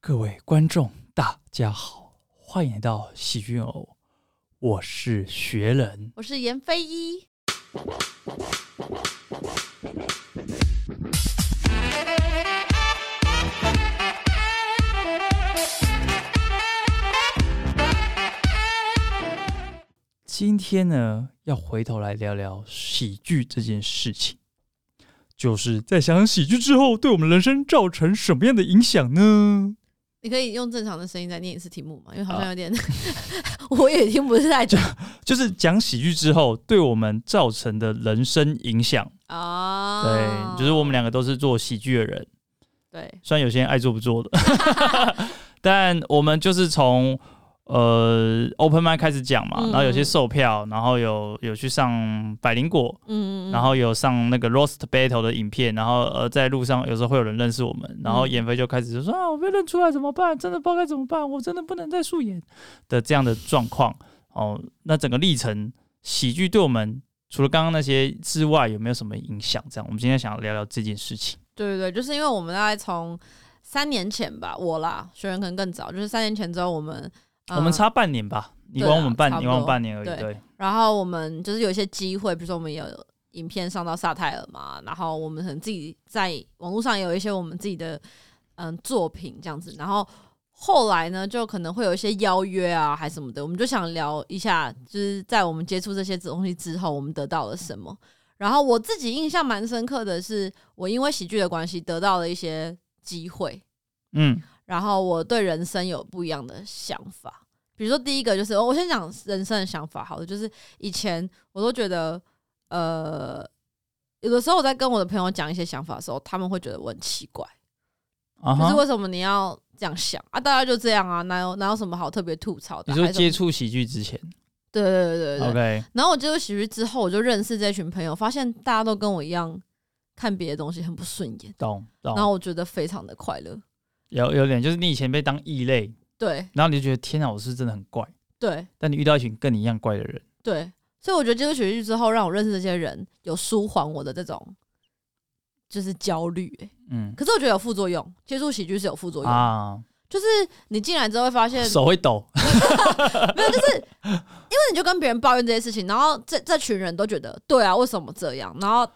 各位观众，大家好，欢迎来到喜剧偶，我是学人。我是严飞一。今天呢，要回头来聊聊喜剧这件事情，就是在想喜剧之后，对我们人生造成什么样的影响呢？你可以用正常的声音再念一次题目嘛？因为好像有点， 我也听不是太准就是讲喜剧之后，对我们造成的人生影响。啊。对，就是我们两个都是做喜剧的人，对虽然有些人爱做不做的， 但我们就是从呃 open m i 开始讲嘛，嗯然后有些售票，然后有有去上百灵果，嗯嗯嗯，然后有上那个 roast battle 的影片，然后呃在路上有时候会有人认识我们，然后嗯妍飞就开始就说、啊我被认出来怎么办？真的不知道该怎么办，我真的不能再素颜的这样的状况哦。那整个历程，喜剧对我们除了刚刚那些之外，有没有什么影响？这样，我们今天想要聊聊这件事情。对对对，就是因为我们大概从三年前吧，我啦，学员可能更早，就是三年前之后我们、呃我们差半年吧，你对啊管我们半，差不你多管我们半年而已。对对，然后我们就是有一些机会，比如说我们有影片上到萨泰尔嘛，然后我们可能自己在网络上有一些我们自己的嗯作品这样子，然后后来呢，就可能会有一些邀约啊，还什么的，我们就想聊一下，就是在我们接触这些东西之后，我们得到了什么。然后我自己印象蛮深刻的是，我因为喜剧的关系得到了一些机会，嗯，然后我对人生有不一样的想法。比如说，第一个就是我先讲人生的想法，好了，就是以前我都觉得，呃，有的时候我在跟我的朋友讲一些想法的时候，他们会觉得我很奇怪，啊就是哈，为什么你要这样想啊？大家就这样啊，哪有哪有什么好特别吐槽的你啊？说还是什接么触喜剧之前对对对对对。 ，OK，然后我接触喜剧之后，我就认识这群朋友，发现大家都跟我一样看别的东西很不顺眼，懂然懂，后我觉得非常的快乐。有有点就是你以前被当异类，对然后你就觉得天哪，我是真的很怪。对，但你遇到一群跟你一样怪的人，对，所以我觉得接触学习之后，让我认识这些人，有舒缓我的这种就是焦虑、欸。嗯可是我觉得有副作用，接触喜剧是有副作用，啊，就是你进来之后会发现，手会抖，没有，就是因为你就跟别人抱怨这些事情，然后这这群人都觉得对啊，为什么这样？然后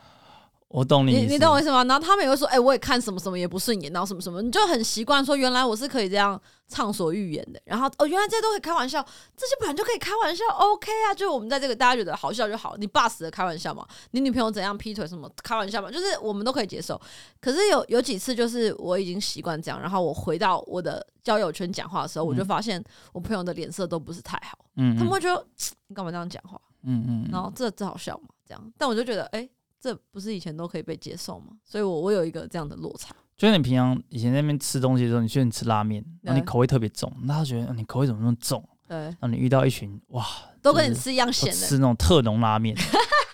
我懂你你意思，你懂我意思吗？然后他们也会说，哎、我也看什么什么也不顺眼，然后什么什么，你就很习惯说，原来我是可以这样畅所欲言的。然后哦，原来这些都可以开玩笑，这些本来就可以开玩笑，OK 啊。就是我们在这个大家觉得好笑就好，你爸死了开玩笑嘛，你女朋友怎样劈腿什么开玩笑嘛，就是我们都可以接受。可是有有几次就是我已经习惯这样，然后我回到我的交友圈讲话的时候，我就发现我朋友的脸色都不是太好，嗯他们嗯会哦觉得嘖你干嘛这样讲话？嗯嗯然嗯，后这这好笑嘛，这样，但我就觉得，哎、这不是以前都可以被接受吗？所以我我有一个这样的落差，就是你平常以前在那边吃东西的时候，你觉得你吃拉面，然后你对口味特别重，那他觉得呃你口味怎么那么重？对，然后你遇到一群哇，都跟就你是吃一样都咸的，吃那种特浓拉 面，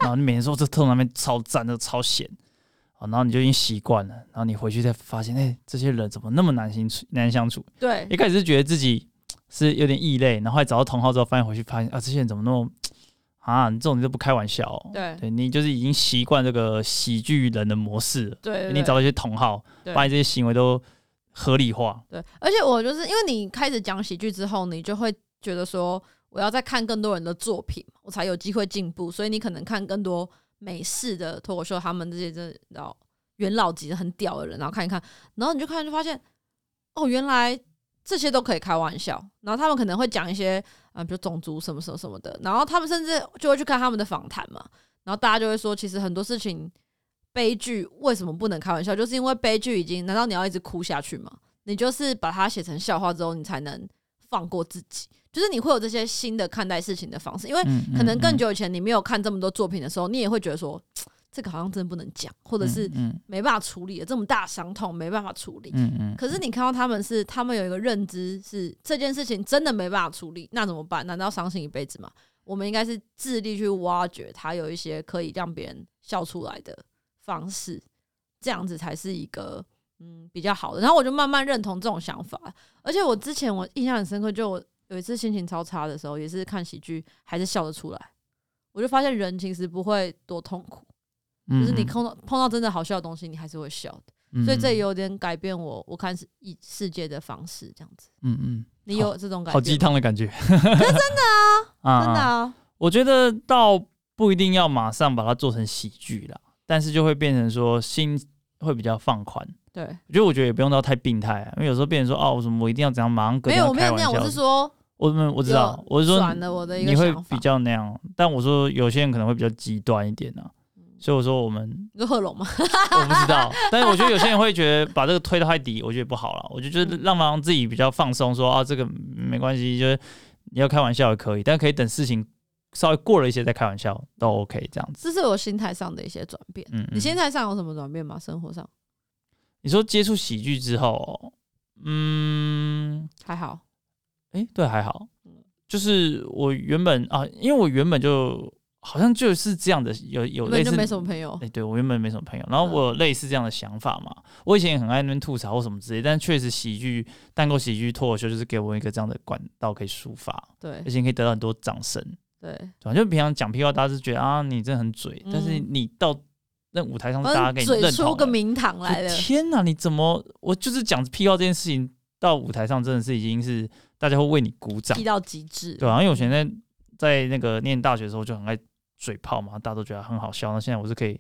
然后你每天说这特浓拉面超赞，这超咸。啊，然后你就已经习惯了，然后你回去再发现，哎、这些人怎么那么难相处？难相处。对一开始是觉得自己是有点异类，然后后来找到同好之后，发现回去发现啊，这些人怎么那么啊，你这种人都不开玩笑哦、对对你就是已经习惯这个喜剧人的模式了，对，你对找到一些同好，对把你这些行为都合理化。对，而且我就是因为你开始讲喜剧之后，你就会觉得说，我要再看更多人的作品，我才有机会进步，所以你可能看更多美式的脱口秀，他们这些真的你知道元老级的很屌的人，然后看一看，然后你就看就发现，哦，原来这些都可以开玩笑，然后他们可能会讲一些啊、呃比如种族什么什么什么的，然后他们甚至就会去看他们的访谈嘛，然后大家就会说，其实很多事情。悲剧为什么不能开玩笑？就是因为悲剧已经，难道你要一直哭下去吗？你就是把它写成笑话之后，你才能放过自己。就是你会有这些新的看待事情的方式，因为嗯，可能更久，久以前你没有看这么多作品的时候，你也会觉得说，嘖这个好像真的不能讲，或或者是嗯没办法处理的这么大伤痛，没办法处理。嗯嗯，可是你看到他们是，他们有一个认知是这件事情真的没办法处理，那怎么办？难道伤心一辈子吗？我们应该是致力去挖掘他有一些可以让别人笑出来的方式，这样子才是一个嗯比较好的。然后我就慢慢认同这种想法，而且我之前我印象很深刻，就我有一次心情超差的时候，也是看喜剧还是笑得出来，我就发现人其实不会多痛苦，就是你嗯碰到碰到真的好笑的东西，你还是会笑的。嗯所以这也有点改变我我看世以世界的方式，这样子。嗯嗯，你有这种感觉？好鸡，汤的感觉，真的 啊，真的啊，我觉得倒不一定要马上把它做成喜剧啦，但是就会变成说心会比较放宽。对，我觉得我觉得也不用到太病态、啊，因为有时候变成说哦，什么我一定要怎样，马上跟没人家有我没有开那玩样，笑。我是说我没有我知道，我是说转了我的一个你会想法。比较那样，但我说有些人可能会比较极端一点啊，嗯所以我说我们你说贺龙吗？ 我不知道，但是我觉得有些人会觉得把这个推到太低，我觉得不好了。我就觉得让让自己比较放松，说啊这个没关系，就是你要开玩笑也可以，但可以等事情稍微过了一些再开玩笑都 OK 这样子。这是我心态上的一些转变。嗯，你心在态上有什么转变吗？生活上你说接触喜剧之后哦，嗯，还好，诶，对，还好，就是我原本啊，因为我原本就好像就是这样的，有有根类本就似没什么朋友哎、。对我原本没什么朋友，嗯然后我有类似这样的想法嘛，我以前也很爱那边吐槽或什么之类，但确实喜剧、单口喜剧、脱口秀就是给我一个这样的管道可以抒发，对而且你可以得到很多掌声。对，反正平常讲屁话，大家是觉得啊你真的很嘴，但是嗯你到那舞台上，大家反给正你嘴认出同个了名堂就来了。天哪，你怎么我就是讲屁话这件事情到舞台上真的是已经是大家会为你鼓掌踢，到极致。对啊，因为我以前在在那个念大学的时候就很爱嘴炮嘛，大家都觉得很好笑。那现在我是可以，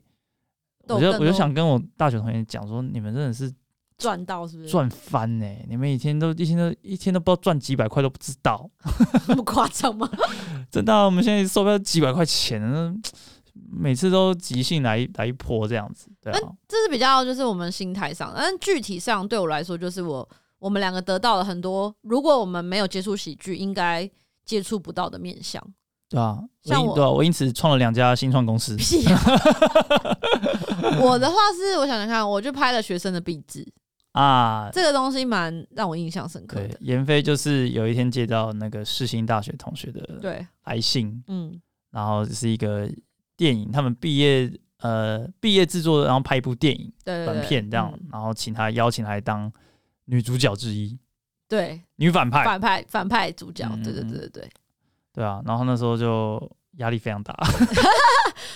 逗我就更我就多想跟我大学同学讲说，你们真的是赚到是不是？赚翻呢、你们一天都一天都一天都不知道赚几百块都不知道，那么夸张吗？真的啊、我们现在收不到几百块钱，那每次都即兴来来一波这样子，对啊，这是比较就是我们心态上，但具体上对我来说，就是我我们两个得到了很多，如果我们没有接触喜剧，应该接触不到的面向。对啊，我像因我对啊，我因此创了两家新创公 司， 屁啊、我的话是，我想想看，我就拍了学生的壁纸，啊。这个东西蛮让我印象深刻对的，。严飞就是有一天接到那个世新大学同学的对，来信，嗯，然后是一个电影，他们毕业呃毕业制作，然后拍一部电影对对对，短片这样，嗯然后请他邀请他来当女主角之一，对，女反派，反派反派主角，嗯对对嗯对对对，对啊，然后那时候就压力非常大，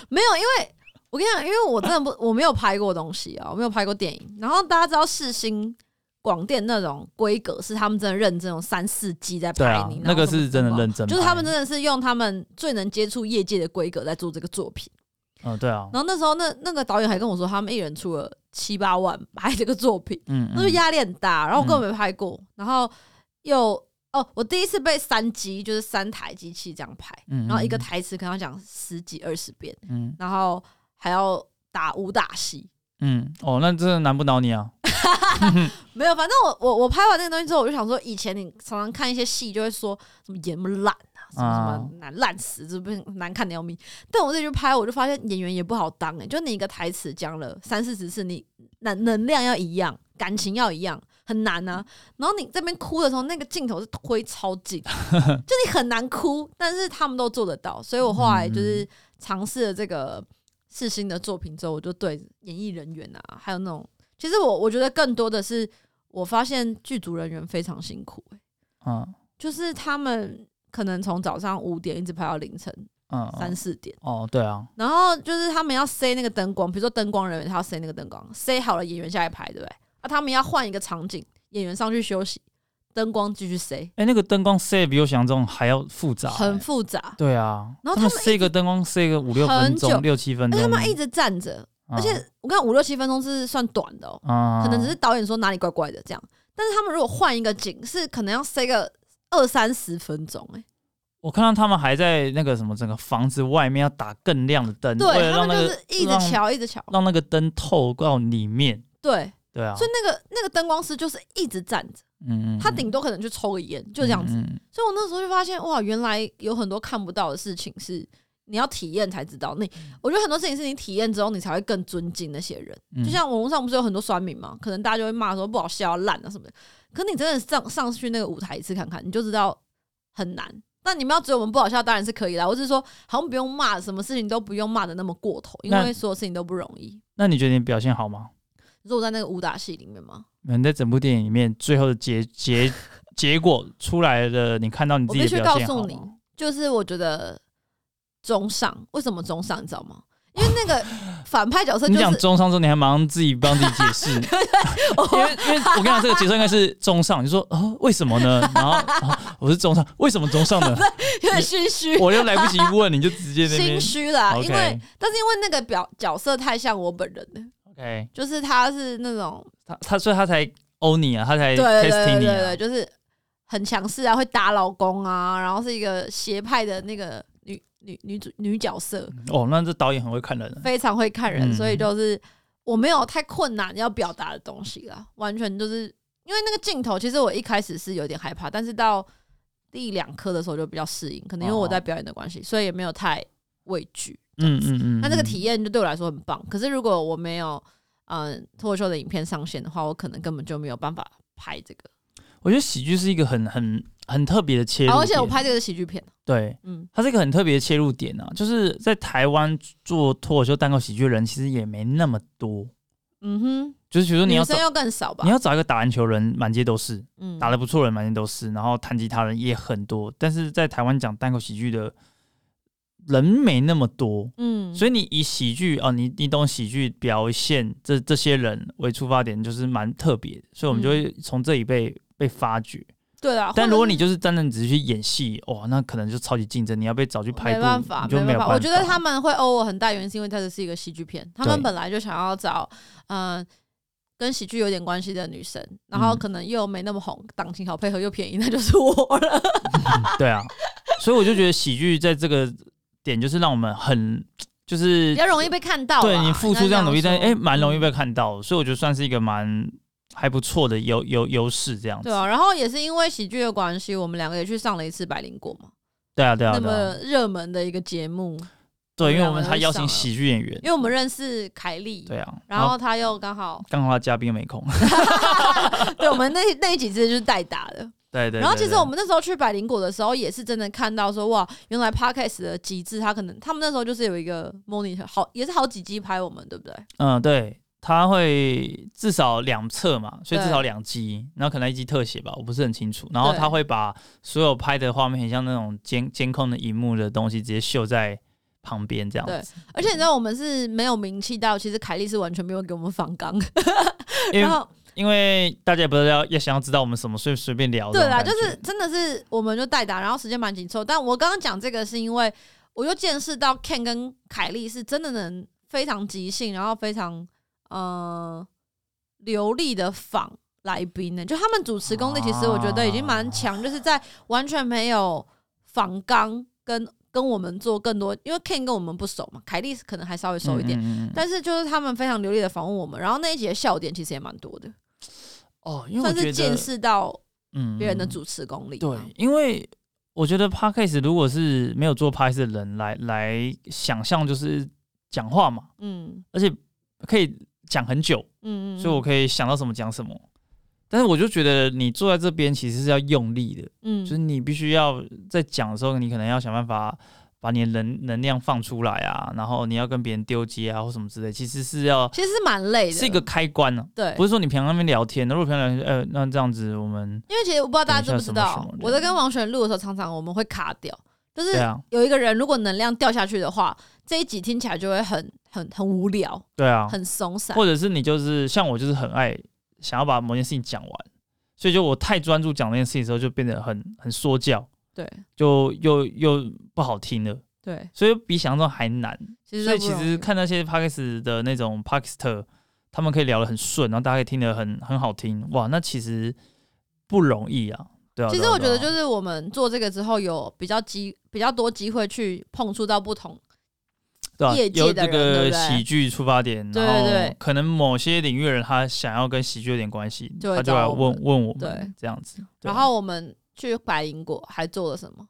没有，因为我跟你讲，因为我真的不， 我没有拍过东西啊，我没有拍过电影。然后大家知道世新广电那种规格是他们真的认真，有三四季在对拍啊你，，那个然后什么是真的认真拍，就是他们真的是用他们最能接触业界的规格在做这个作品。嗯对啊，然后那时候那那个导演还跟我说，他们一人出了七八万拍这个作品，嗯，那就嗯压力很大。然后我根本没拍过，然后又。哦，我第一次被三机，就是三台机器这样拍，嗯然后一个嗯台词可能要讲十几二十遍，嗯然后还要打武打戏。嗯哦，那真的难不倒你啊，没有，反正我我我拍完那个东西之后，我就想说，以前你常常看一些戏，就会说什么演那么烂啊，什么什啊么难烂死，这不是难看的要命。但我这去拍，我就发现演员也不好当哎、就你一个台词讲了三四十次，你能能量要一样，感情要一样，很难啊。然后你这边哭的时候，那个镜头是推超近， 就你很难哭，但是他们都做得到。所以我后来就是尝试了这个世新的作品之后，我就对演艺人员啊，还有那种，其实我我觉得更多的是，我发现剧组人员非常辛苦、欸，嗯就是他们可能从早上五点一直拍到凌晨嗯三嗯四点。哦对啊，然后就是他们要塞那个灯光，比如说灯光人员他要塞那个灯光，塞好了演员下来排，对不对？啊，他们要换一个场景，演员上去休息，灯光继续塞，哎那个灯光塞比我想象中还要复杂欸，很复杂。对啊，然后他们们塞一个灯光塞个五六很分久钟六七分而钟，嗯且他们一直站着，而且我看五六七分钟是算短的哦，啊可能只是导演说哪里怪怪的这样。但是他们如果换一个景，是可能要塞个二三十分钟、欸，我看到他们还在那个什么整个房子外面要打更亮的灯，为对了嗯他让们那就个是一直让瞧一直瞧，让那个灯透到里面，对，对啊，所以那个那个灯光师就是一直站着，嗯嗯，他嗯顶多可能去抽个烟，就这样子。嗯嗯所以我那时候就发现，哇，原来有很多看不到的事情是你要体验才知道。你我觉得很多事情是你体验之后，你才会更尊敬那些人。嗯就像网络上不是有很多酸民嘛，可能大家就会骂说不好笑、啊、烂啊什么的。可你真的上上去那个舞台一次看看，你就知道很难。但你们要觉得我们不好笑，当然是可以啦。我只是说，好像不用骂，什么事情都不用骂的那么过头，因那为所有事情都不容易。那你觉得你表现好吗？你说我在那个武打戏里面吗？你在整部电影里面最后的结结结果出来的，你看到你自我己必的须表告现好诉你吗？，就是我觉得中上，为什么中上，你知道吗？因为 那个反派角色就你讲是哦中上之后，你还马上自己帮自己解 释，因为因为我跟你讲，这个解释应该是中上，你说哦为什么呢？然后、哦我是中上，为什么中 上呢？有点心虚，我又来不及问，你就直接那心边虚啦。 OK 因为但是因为那个表角色太像我本人了， OK，就是他是那种他他所以他才欧你啊，他才对对 testing 对对你对，啊，就是很强势啊，会打老公啊，然后是一个邪派的那个女女女主女角色，哦，那这导演很会看人啊，非常会看人，嗯所以就是我没有太困难要表达的东西啦，完全就是因为那个镜头，其实我一开始是有点害怕，但是到第两颗的时候就比较适应，可能因为我在哦表演的关系，所以也没有太畏惧。嗯嗯嗯，那这个体嗯验就对我来说很棒，可是如果我没有嗯脱口秀的影片上线的话，我可能根本就没有办法拍这个，我觉得喜剧是一个很很很特别的切入啊点，而且我拍这个是喜剧片，对。嗯，它是一个很特别的切入点啊，就是在台湾做脱口秀、单口喜剧的人其实也没那么多，嗯哼，就是比如说你女要找生又更少吧，你要找一个打篮球人，满街都是，嗯打得不错的人满街都是，然后弹吉他的人也很多，但是在台湾讲单口喜剧的人没那么多，嗯，所以你以喜剧哦，你你懂喜剧表现这这些人为出发点，就是蛮特别的，所以我们就会从这里被被发掘。对啊，但如果嗯或者是你就是真正只是去演戏，哇，那可能就超级竞争，你要被找去拍没部，办法，你就没有办办法。我觉得他们会欧我很大原因是因为它这是一个喜剧片，他们本来就想要找嗯、呃跟喜剧有点关系的女生，然后嗯可能又没那么红，档期好配合又便宜，那就是我 了。 对啊，所以我就觉得喜剧在这个点就是让我们很就是比较容易被看到啦。对你付出这样努力，啊应该但这哎，样说嗯蛮、容易被看到的，所以我觉得算是一个蛮还不错的优优优势这样子。对啊。然后也是因为喜剧的关系，我们两个也去上了一次百灵果嘛，对啊，对啊，那对啊么热门的一个节目，对，因为我们我们两个他都邀请上了喜剧演员因，为我们认识凯莉，对啊，然后他又刚好， 刚好他嘉宾没空，对我们那那几次就是代打的，对对对。然后其实对我们那时候去百灵果的时候，也是真的看到说，哇，原来 podcast 的极致，他可能他们那时候就是有一个 monitor，好也是好几机拍我们，对不对？嗯，对，他会至少两侧嘛，所以至对少两集，然后可能一集特写吧，我不是很清楚。然后对他会把所有拍的画面，很像那种监监控的荧幕的东西，直接秀在旁边这样对子。而且你知道我们是没有名气到，其实凯莉是完全没有给我们访纲， 因然为后因为大家也不知道要想要知道我们什么，所以随便聊这对种啦，感就觉。是真的是我们就代打，然后时间蛮紧凑。但我刚刚讲这个是因为我又见识到 Ken 跟凯莉是真的能非常即兴，然后非常呃流利的访来宾呢。就他们主持功力，其实我觉得已经蛮强，啊就是在完全没有访纲跟跟我们做更多，因为 Ken 跟我们不熟嘛，凯莉可能还稍微熟一点。嗯。嗯嗯嗯但是就是他们非常流利的访问我们，然后那一集的笑点其实也蛮多的，哦，因为我算觉是得见识到嗯别人的主持功力吧。对，因为我觉得 podcast 如果是没有做 podcast 的人来来想象，就是讲话嘛，嗯而且可以讲很久，嗯嗯，所以我可以想到什么讲什么。但是我就觉得你坐在这边其实是要用力的，嗯就是你必须要在讲的时候，你可能要想办法把你的能能量放出来啊，然后你要跟别人丢接啊或什么之类，其实是要其实是蛮累的，是一个开关呢、对，不是说你平常那边聊天，如果平常聊天，呃，那这样子我们因为其实我不知道大家知不知等一下什么道什么，的我在跟王璇录的时候，常常我们会卡掉，就对是啊，有一个人如果能量掉下去的话，这一集听起来就会很很很无聊，对啊，很松散。或者是你就是像我，就是很爱想要把某件事情讲完，所以就我太专注讲那件事情的时候，就变得很很说教，对就又又不好听了，对，所以比想象中还难。其实所以都其不容易实看那些 p a k i s 的那种 p a k i s t 他们可以聊得很顺，然后大家可以听得很很好听，哇，那其实不容易啊，对啊。其对实啊我觉得就，对啊是我们做这个之后，有比较机比较多机会去碰触到不同，对啊业界由的这人对个不对喜剧出发点，对然对后对可能某些领域的人他想要跟喜剧有点关系，就会他就找来我问们问我对们这样子。对啊然后我们去白银果还做了什么？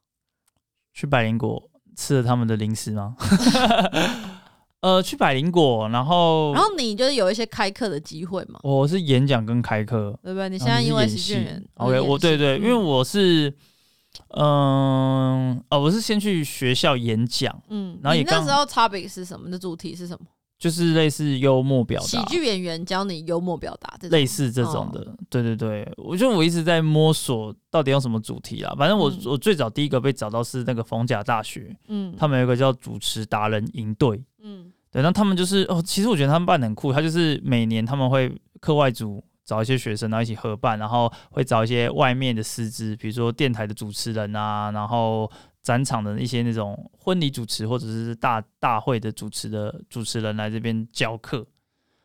去百灵果吃了他们的零食吗？ 呃，去百灵果，然后然后你就是有一些开课的机会嘛，我是演讲跟开课，对不对？你哦你现在因为是喜剧演人戏，OK，我对对，嗯因为我是，嗯、哦，我是先去学校演讲，嗯，然后也你那刚时候 topic 是什么？你的主题是什么？就是类似幽默表喜达，剧演员教你幽默表达这种。哦类似这种的，对对对，我觉得我一直在摸索到底用什么主题啦。反正我、嗯我最早第一个被找到是那个逢甲大学，嗯他们有一个叫主持达人营队，嗯对，那他们就是哦，其实我觉得他们办得很酷，他就是每年他们会课外组找一些学生，然后一起合办，然后会找一些外面的师资，比如说电台的主持人啊，然后展场的一些那种婚礼主持或者是大大会的主持的主持人来这边教课。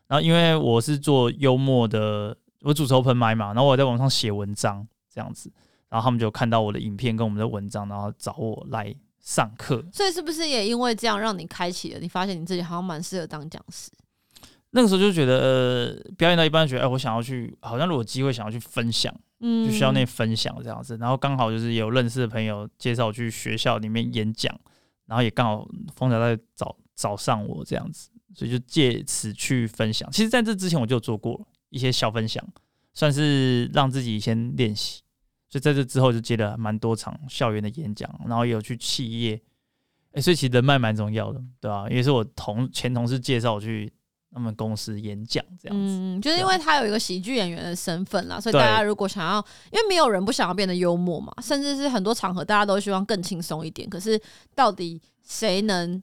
然后因为我是做幽默的，我主持 open m i 嘛，然后我在网上写文章这样子，然后他们就看到我的影片跟我们的文章，然后找我来上课。所以是不是也因为这样让你开启了？你发现你自己好像蛮适合当讲师，那个时候就觉得，呃，表演到一半觉得，哎、我想要去，好像如果有机会想要去分享，嗯就校内分享这样子。然后刚好就是有认识的朋友介绍我去学校里面演讲，然后也刚好风潮在找找上我这样子，所以就借此去分享。其实在这之前我就有做过一些小分享，算是让自己先练习。所以在这之后就接了蛮多场校园的演讲，然后也有去企业，哎、所以其实人脉蛮重要的，对吧、因为是我同前同事介绍我去他们公司演讲这样子，嗯，就是因为他有一个喜剧演员的身份啦，所以对大家如果想要，因为没有人不想要变得幽默嘛，甚至是很多场合大家都希望更轻松一点。可是到底谁能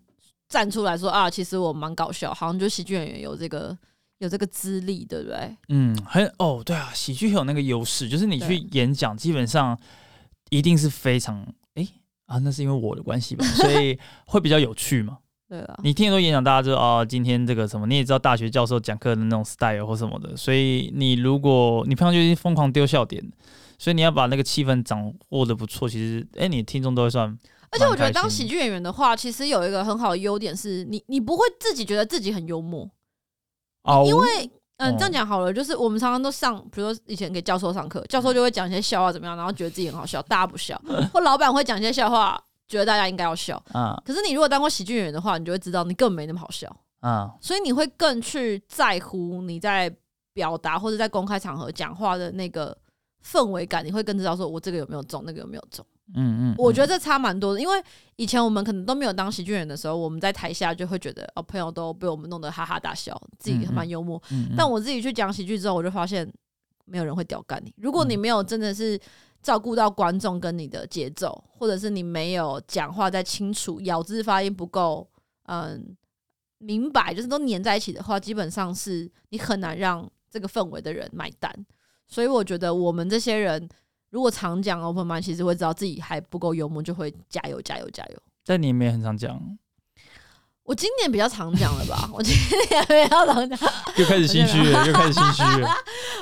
站出来说啊，其实我蛮搞笑，好像就喜剧演员有这个有这个资历，对不对？嗯，很哦，对啊，喜剧会有那个优势，就是你去对演讲，基本上一定是非常哎、啊，那是因为我的关系吧，所 以会比较有趣嘛。对啊，你听很多演讲，大家就哦，今天这个什么，你也知道大学教授讲课的那种 style 或什么的，所以你如果你平常就是疯狂丢笑点，所以你要把那个气氛掌握的不错，其实哎、你听众都会算。而且我觉得蛮开心当喜剧演员的话，其实有一个很好的优点是你你不会自己觉得自己很幽默，哦，因为嗯，哦这样讲好了，就是我们常常都上，比如说以前给教授上课，嗯教授就会讲一些笑话怎么样，然后觉得自己很好笑，大家不 笑；或老板会讲一些笑话，觉得大家应该要笑。啊可是你如果当过喜剧演员的话，你就会知道你根本没那么好笑，啊，所以你会更去在乎你在表达或者在公开场合讲话的那个氛围感，你会更知道说我这个有没有中，那个有没有中。嗯嗯，我觉得得这差蛮多的，因为以前我们可能都没有当喜剧演员的时候，我们在台下就会觉得哦，朋友都被我们弄得哈哈大笑，自嗯己蛮幽默。但我自己去讲喜剧之后，我就发现没有人会屌干你。如果你没有真的是照顾到观众跟你的节奏，或者是你没有讲话在清楚，咬字发音不够，嗯，明白，就是都粘在一起的话，基本上是你很难让这个氛围的人买单。所以我觉得我们这些人。如果常讲 open mind，其实会知道自己还不够幽默，就会加油加油加油。但你们也很常讲， 我今年比较常讲了吧？我今年比较常讲，又开始心虚了，又开始心虚 了。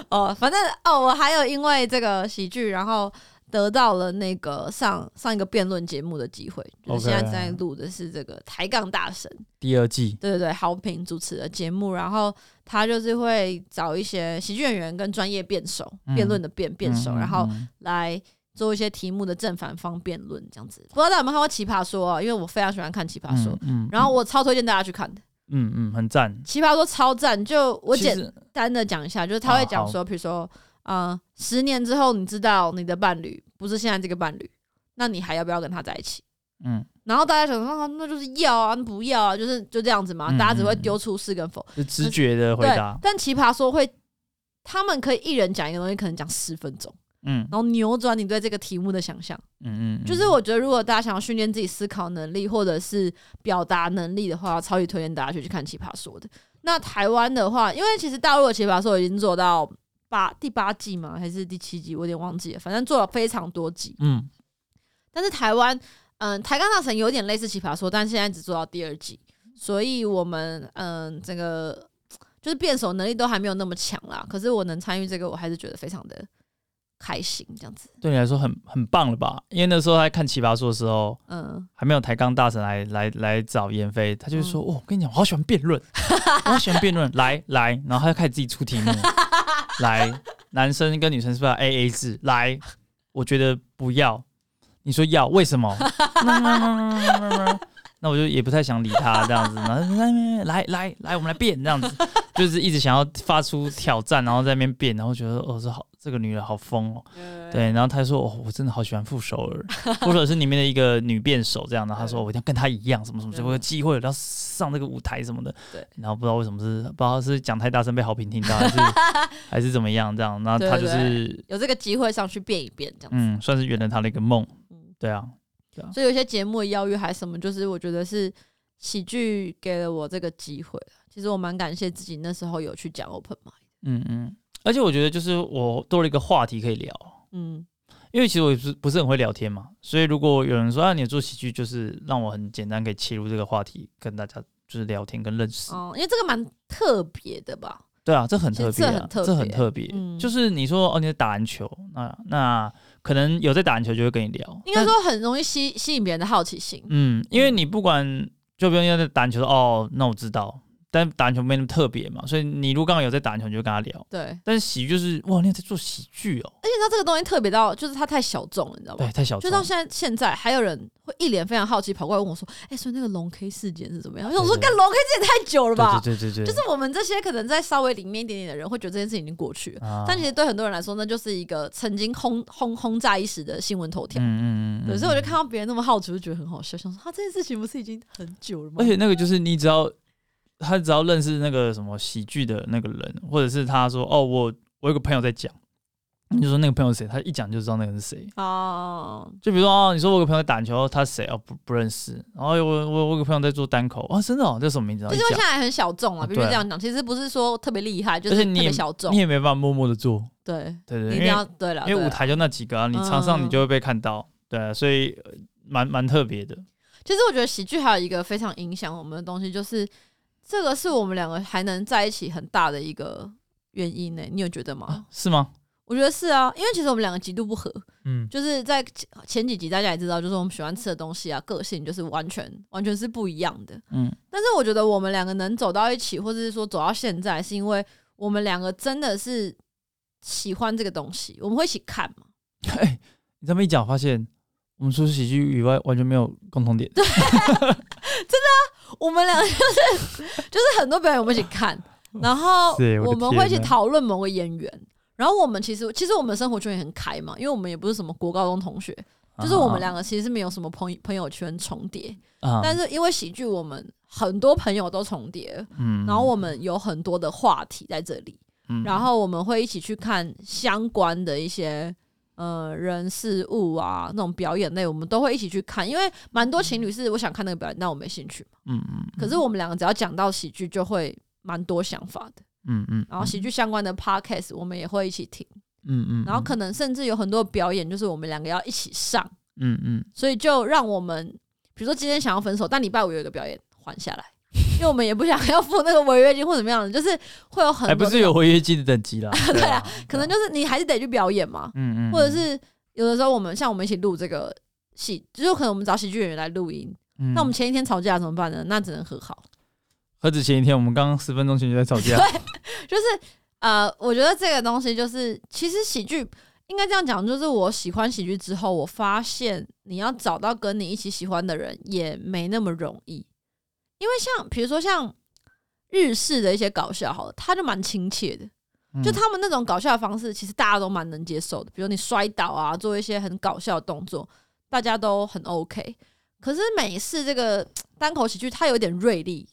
哦，反正哦，我还有因为这个喜剧，然后得到了那个上上一个辩论节目的机会，就是 OK 现在正在录的是这个抬杠大神，第二季，对对对，好评主持的节目，然后他就是会找一些喜剧演员跟专业辩手，嗯辩论的辩辩手，嗯然后嗯嗯来。做一些题目的正反方辩论，这样子，不知道大家有没有看过《奇葩说》啊？因为我非常喜欢看《奇葩说》，嗯，嗯然后我超推荐大家去看的，《嗯嗯很赞。奇葩说》超赞。就我其简实单的讲一下，就是他会啊讲好说，比如说，呃，十年之后你知道你的伴侣不是现在这个伴侣，那你还要不要跟他在一起？嗯，然后大家想说，啊、那就是要啊，那不要啊，就是就这样子嘛，嗯大家只会嗯嗯丢出是跟否。是直觉的啊回对答，，但奇葩说会，他们可以一人讲一个东西，可能讲十分钟，嗯然后扭转你对这个题目的想象。嗯嗯，就是我觉得，如果大家想要训练自己思考能力或者是表达能力的话，超级推荐大家去去看《奇葩说》的。那台湾的话，因为其实大陆的《奇葩说》已经做到八第八季嘛，还是第七季，我有点忘记了，反正做了非常多季。嗯但是台湾，嗯，台杠大神有点类似《奇葩说》，但现在只做到第二季，所以我们嗯，这个就是辩手能力都还没有那么强啦。可是我能参与这个，我还是觉得非常的开心，这样子，对你来说很很棒了吧？因为那时候在看《奇葩说》的时候，嗯。还没有抬杠大神来来来找妍飞，他就说：“哦，我跟你讲，我好喜欢辩论，我好喜欢辩论，来来。”然后他就开始自己出题目，来，男生跟女生是不是要 A A 制？来，我觉得不要，你说要，为什么？那我就也不太想理他这样子，然后来来来来，我们来辩这样子，就是一直想要发出挑战，然后在那边辩，然后觉得哦，这好，这个女人好疯哦，对，然后他说：“哦，我真的好喜欢傅首尔，傅首尔是里面的一个女辩手，这样。”然后他说：“我一定要跟她一样，什么什么，对什么有机会，然后上这个舞台什么的。”对。然后不知道为什么是不知道是讲太大声被好评听到，还 是还是怎么样这样。然后他就对对是有这个机会上去变一变这样子。嗯，算是圆了他的一个梦嗯。对啊，所以有些节目的邀约还是什么，就是我觉得是喜剧给了我这个机会了其实我蛮感谢自己那时候有去讲 open m i 嗯嗯，而且我觉得就是我多了一个话题可以聊，嗯因为其实我也不是不是很会聊天嘛，所以如果有人说啊你做喜剧，就是让我很简单可以切入这个话题，跟大家就是聊天跟认识。哦，因为这个蛮特别的吧？对啊，这很特别、其实这啊很，特别这很特别。嗯就是你说哦，你在打篮球，那那可能有在打篮球就会跟你聊，应该说很容易吸吸引别人的好奇心。嗯，因为你不管就不用在打篮球说哦，那我知道，但打篮球没那么特别嘛，所以你如果刚好有在打篮球，你就跟他聊。对，而且但是喜剧就是哇，你有在做喜剧哦，它这个东西特别到，就是它太小众了，你知道对吗，？太小就众到了。现在，现在还有人会一脸非常好奇跑过来问我说：“哎、所以那个龙 K 事件是怎么样？”我想说，对对干龙 K 事件太久了吧？对对对对对，就是我们这些可能在稍微里面一点点的人会觉得这件事情已经过去了，啊，但其实对很多人来说，那就是一个曾经轰轰轰炸一时的新闻头条。嗯嗯嗯对，嗯，所以我就看到别人那么好奇，我就觉得很好笑，想说他、啊、这件事情不是已经很久了吗而？且那个就是你只要他只要认识那个什么喜剧的那个人，或者是他说哦，我我有个朋友在讲，你就说那个朋友是谁，他一讲就知道那个人是谁。哦，就比如说哦，你说我有个朋友打篮球，他是谁哦不不认识，然后我我我有个朋友在做单口，啊、真的哦，叫什么名字？然就后是一会讲现在很小众啊，啊必须对啊这样讲。其实不是说特别厉害，就而是且特你也别小众你。也没办法默默的做，对，对对你一因定为要对因了，为对舞嗯啦台就那几个啊，你场上你就会被看到，对啊、所以呃蛮蛮特别的，其实我觉得喜剧还有一个非常影响我们的东西，就是这个是我们两个还能在一起很大的一个原因呢、你有觉得吗？是吗？我觉得是啊，因为其实我们两个极度不合，嗯，就是在前前几集大家也知道，就是我们喜欢吃的东西啊，个性就是完全完全是不一样的。嗯，但是我觉得我们两个能走到一起，或者是说走到现在，是因为我们两个真的是喜欢这个东西，我们会一起看嘛。 你这么一讲，发现我们除了喜剧以外完全没有共同点。我们 两个就是就是很多表演我们一起看，然后是我的我们会一起天哪讨论某个演员。然后我们其实其实我们生活圈也很开嘛，因为我们也不是什么国高中同学， 就是我们两个其实是没有什么朋朋友圈重叠，啊，但是因为喜剧，我们很多朋友都重叠了，嗯然后我们有很多的话题在这里，嗯然后我们会一起去看相关的一些呃人事物啊，那种表演类，我们都会一起去看，因为蛮多情侣是我想看那个表演，但我没兴趣嘛。嗯嗯，可是我们两个只要讲到喜剧，就会蛮多想法的。嗯嗯，然后喜剧相关的 podcast 我们也会一起听，嗯嗯，然后可能甚至有很多表演，就是我们两个要一起上，嗯嗯所以就让我们，比如说今天想要分手，但礼拜五有一个表演还下来， 因为我们也不想要付那个违约金或怎么样的，就是会有嗯很还多不那是种，有违约金的等级 啦，对啊，可能就是你还是得去表演嘛，嗯嗯，或者是有的时候我们像我们一起录这个戏，就是可能我们找喜剧演员来录音，嗯那我们前一天吵架怎么办呢？那只能和好，何止前一天，我们刚刚十分钟前就在吵架，就是呃，我觉得这个东西就是其实喜剧。应该这样讲，就是我喜欢喜剧之后，我发现你要找到跟你一起喜欢的人也没那么容易，因为像比如说像日式的一些搞笑，好了，他就蛮亲切的，嗯就他们那种搞笑的方式，其实大家都蛮能接受的，比如你摔倒啊，做一些很搞笑的动作，大家都很 OK。可是美式这个单口喜剧，它有点锐利，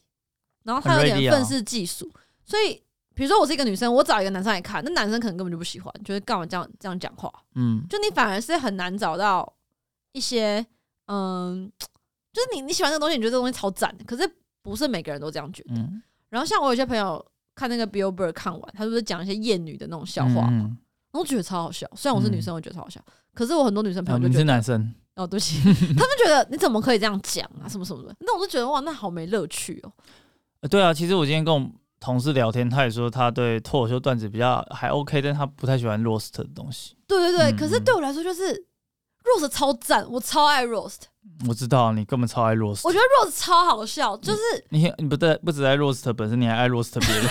然后它有很锐利点啊愤世嫉俗，所以比如说我是一个女生，我找一个男生来看，那男生可能根本就不喜欢，就是干嘛这样这样讲话，嗯就你反而是很难找到一些嗯，就是你你喜欢这个东西，你觉得这个东西超赞的，可是不是每个人都这样觉得。嗯然后像我有些朋友看那个 Billboard 看完，他就是讲一些厌女的那种笑话，然嗯，后我觉得超好笑。虽然我是女生，我觉得超好笑，可是我很多女生朋我友们就觉是得，男生，哦，对不 起，他们觉得你怎么可以这样讲啊，什么什么的。那我就觉得哇，那好没乐趣哦。对啊，其实我今天跟我同事聊天，他也说他对脱口秀段子比较还 OK，但他不太喜欢 roast 的东西。对对对，嗯可是对我来说就是 Rose 超赞，我超爱 Rose，我知道你根本超爱 roast，我觉得 Rose 超好笑，就是你你不对，不只爱 roast 本身，你还爱 roast 别人。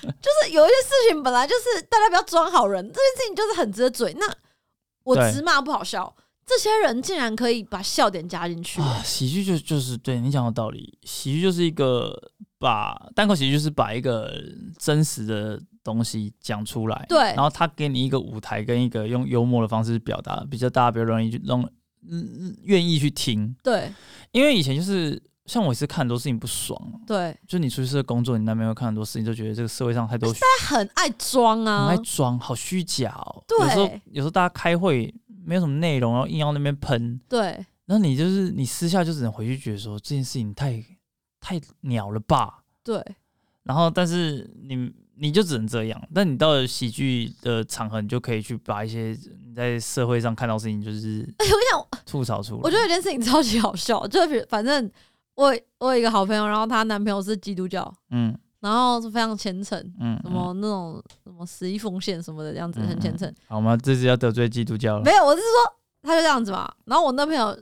就是有一些事情本来就是大家不要装好人，这件事情就是很值得嘴。那我对直骂不好笑，这些人竟然可以把笑点加进去。 啊，喜剧就就是对你讲的道理，喜剧就是一个把单口喜剧就是把一个真实的东西讲出来，对然后他给你一个舞台跟一个用幽默的方式表达，比较大家比较容易去让嗯嗯愿意去听，对因为以前就是。像我也是看很多事情不爽，对，就你出去社会工作，你难免会看很多事情，就觉得这个社会上太多虚很爱装很啊爱，装，好虚假哦。对有时候有时候大家开会没有什么内容，然后硬要那边喷，对，然后你就是你私下就只能回去觉得说这件事情太太鸟了吧，对， 然后但是你你就只能这样，但你到了喜剧的场合，你就可以去把一些你在社会上看到的事情就是而且我想，吐槽出来。我觉得有件事情超级好笑，就是比如反正我我有一个好朋友，然后她男朋友是基督教，嗯然后是非常虔诚，嗯，什么那种什么十一奉献什么的，这样子嗯很虔诚。嗯好，我们这次要得罪基督教了。没有，我是说他就这样子嘛。然后我那朋友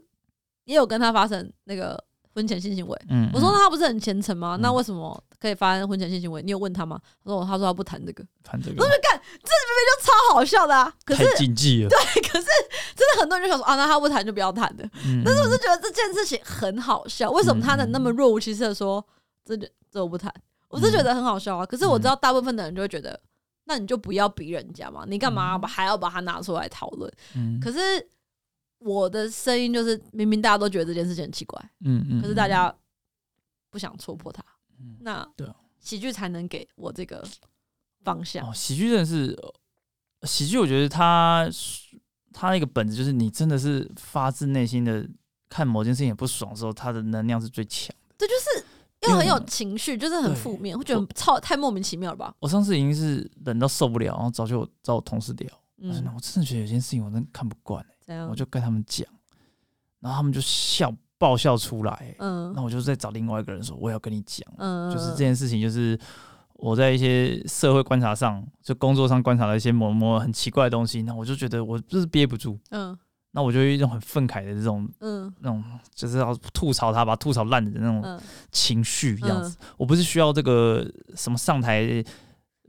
也有跟他发生那个婚前性行为。嗯，我说嗯那他不是很虔诚吗？嗯那为什么可以发生婚前性行为？你有问他吗？他说他说他不谈这个，看这我个就干，这明明就超好笑的啊！可是太禁忌了。对，可是真的很多人就想说啊，那他不谈就不要谈的。但是我我就觉得这件事情很好笑，为什么他能那么若无其事的说这就这我不谈？我是觉嗯得很好笑啊。可是我知道大部分的人就会觉得，那你就不要逼人家嘛，你干嘛把还要把它拿出来讨论？嗯可是我的声音就是，明明大家都觉得这件事情很奇怪，嗯嗯，可是大家不想戳破它嗯，那对啊喜剧才能给我这个方向哦，。喜剧真的是呃喜剧，我觉得它它那个本质就是你真的是发自内心的看某件事情很不爽的时候，它的能量是最强。这就是因又为很有我情绪，就是很对负面，会觉得超太莫名其妙了吧？我上次已经是冷到受不了，然后早就有找我同事聊，我说那嗯，我真的觉得有件事情我真的看不惯、欸，这样我就跟他们讲，然后他们就笑爆笑出来、欸，嗯那我就再找另外一个人说我要跟你讲，嗯，就是这件事情，就是我在一些社会观察上，就工作上观察到一些某某很奇怪的东西，那我就觉得我就是憋不住，嗯那我就有一种很愤慨的这种嗯那种，就是要吐槽他，把他吐槽烂的那种嗯情绪这样子。我不是需要这个什么上台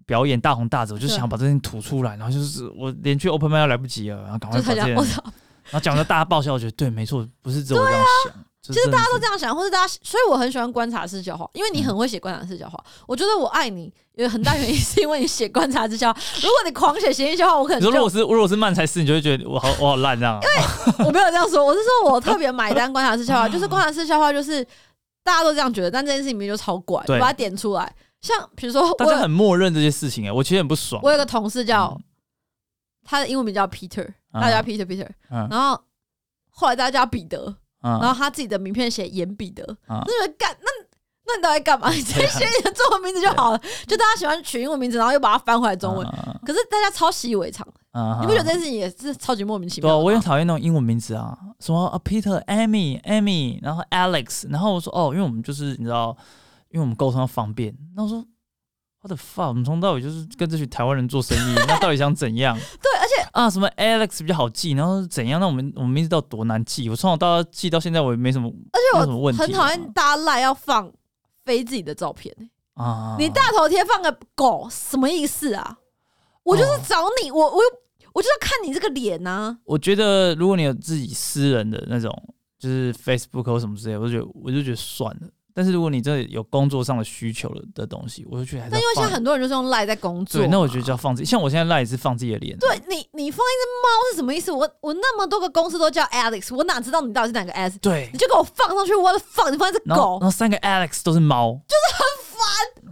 表演大红大紫，我就对想把这件吐出来，然后就是我连去 open m i 都来不及了，然后赶快就把他这讲件，我然操，后讲到大家爆笑，我觉得对，没错，不是只有我这样想，其其实大家都这样想，或者大家，所以我很喜欢观察式笑话，因为嗯你很会写观察式笑话。我觉得我爱你有很大原因是因为你写观察式笑话。如果你狂写谐音笑话，我可你说能如就果是如果是慢才是，你就会觉得我好我好烂这样啊，我没有这样说，我是说我特别买单观察式笑话，就是观察式笑话就是大家都这样觉得，但这件事情明明就超怪，对你把它点出来。像比如说大我家有很默认这些事情哎、我其实很不爽。我有个同事叫、嗯啊他的英文名叫 Peter，大家 Peter Peter，、嗯然后后来大家叫他彼得，嗯然后他自己的名片写严彼得，嗯那你们干那那你到底 干嘛？啊你直接写你的中文名字就好了。就大家喜欢取英文名字，然后又把它翻回来中文，嗯可是大家超习以为常，嗯你不觉得这件事情也是超级莫名其对啊，妙的吗？我也很讨厌那种英文名字啊，什么啊 Peter、Amy、Amy，然后 Alex，然后我说哦，因为我们就是你知道，因为我们沟通要方便。那我说 What the fuck，我们从头到尾就是跟这群台湾人做生意，那到底想怎样 对，而且啊？什么 Alex 比较好记，然后怎样？那我们我们名字到底多难记？我从小到大记到现在，我也没什么没而有什且么我问题啊很讨厌大家赖要放非自己的照片、啊。你大头贴放个狗什么意思啊？我就是找哦你，我我又我就是要看你这个脸啊呐、我觉得如果你有自己私人的那种，就是 Facebook 或什么之类的，我就觉得我就觉得算了。但是如果你真的有工作上的需求了的东西，我就觉得还是但要因为现放在很多人就是用赖在工作嘛，对，那我觉得就要放自己，像我现在赖也是放自己的脸啊、对你，你放一只猫是什么意思？我我那么多个公司都叫 Alex，我哪知道你到底是哪个 S？对你，就给我放上去，我的放你放一只然后狗然，后三个 Alex 都是猫，就是很烦。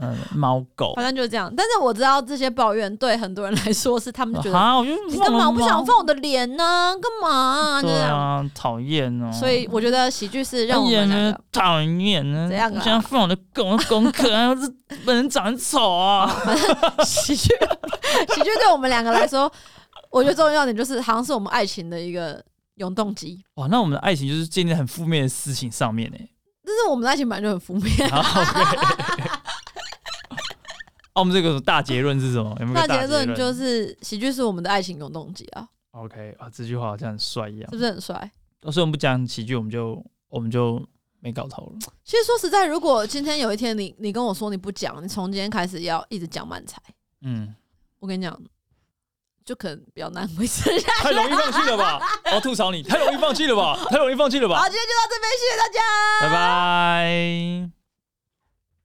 嗯，猫狗好。像就是这样。但是我知道这些抱怨对很多人来说是他们觉得啊，我就你放干嘛了不猫想？放我的脸呢？干嘛啊、就对这样？啊，讨厌哦。所以我觉得喜剧是让让我们人两呢个讨厌呢，怎样啊现在放我的狗功课， 然后这本人长得丑啊。喜剧，喜剧对我们两个来说，我觉得重要点就是好像是我们爱情的一个永动机。哇，那我们的爱情就是建立在很负面的事情上面呢。但是我们的爱情本来就很负面，然 后哦，我们这个大结论是什么？有没有那个结结论就是喜剧是我们的爱情永动机啊， OK 啊，这句话好像很帅一样是。不是很帅？哦所以我们不讲喜剧，我们就我们就没搞头了。其实说实在，如果今天有一天你你跟我说你不讲，你从今天开始要一直讲慢才，嗯， 我跟你讲，就可能比较难维持 下去。太容易放弃了吧？我要吐槽你，太容易放弃了吧？太容易放弃了好，吧？今天就到这边，谢谢大家。拜拜。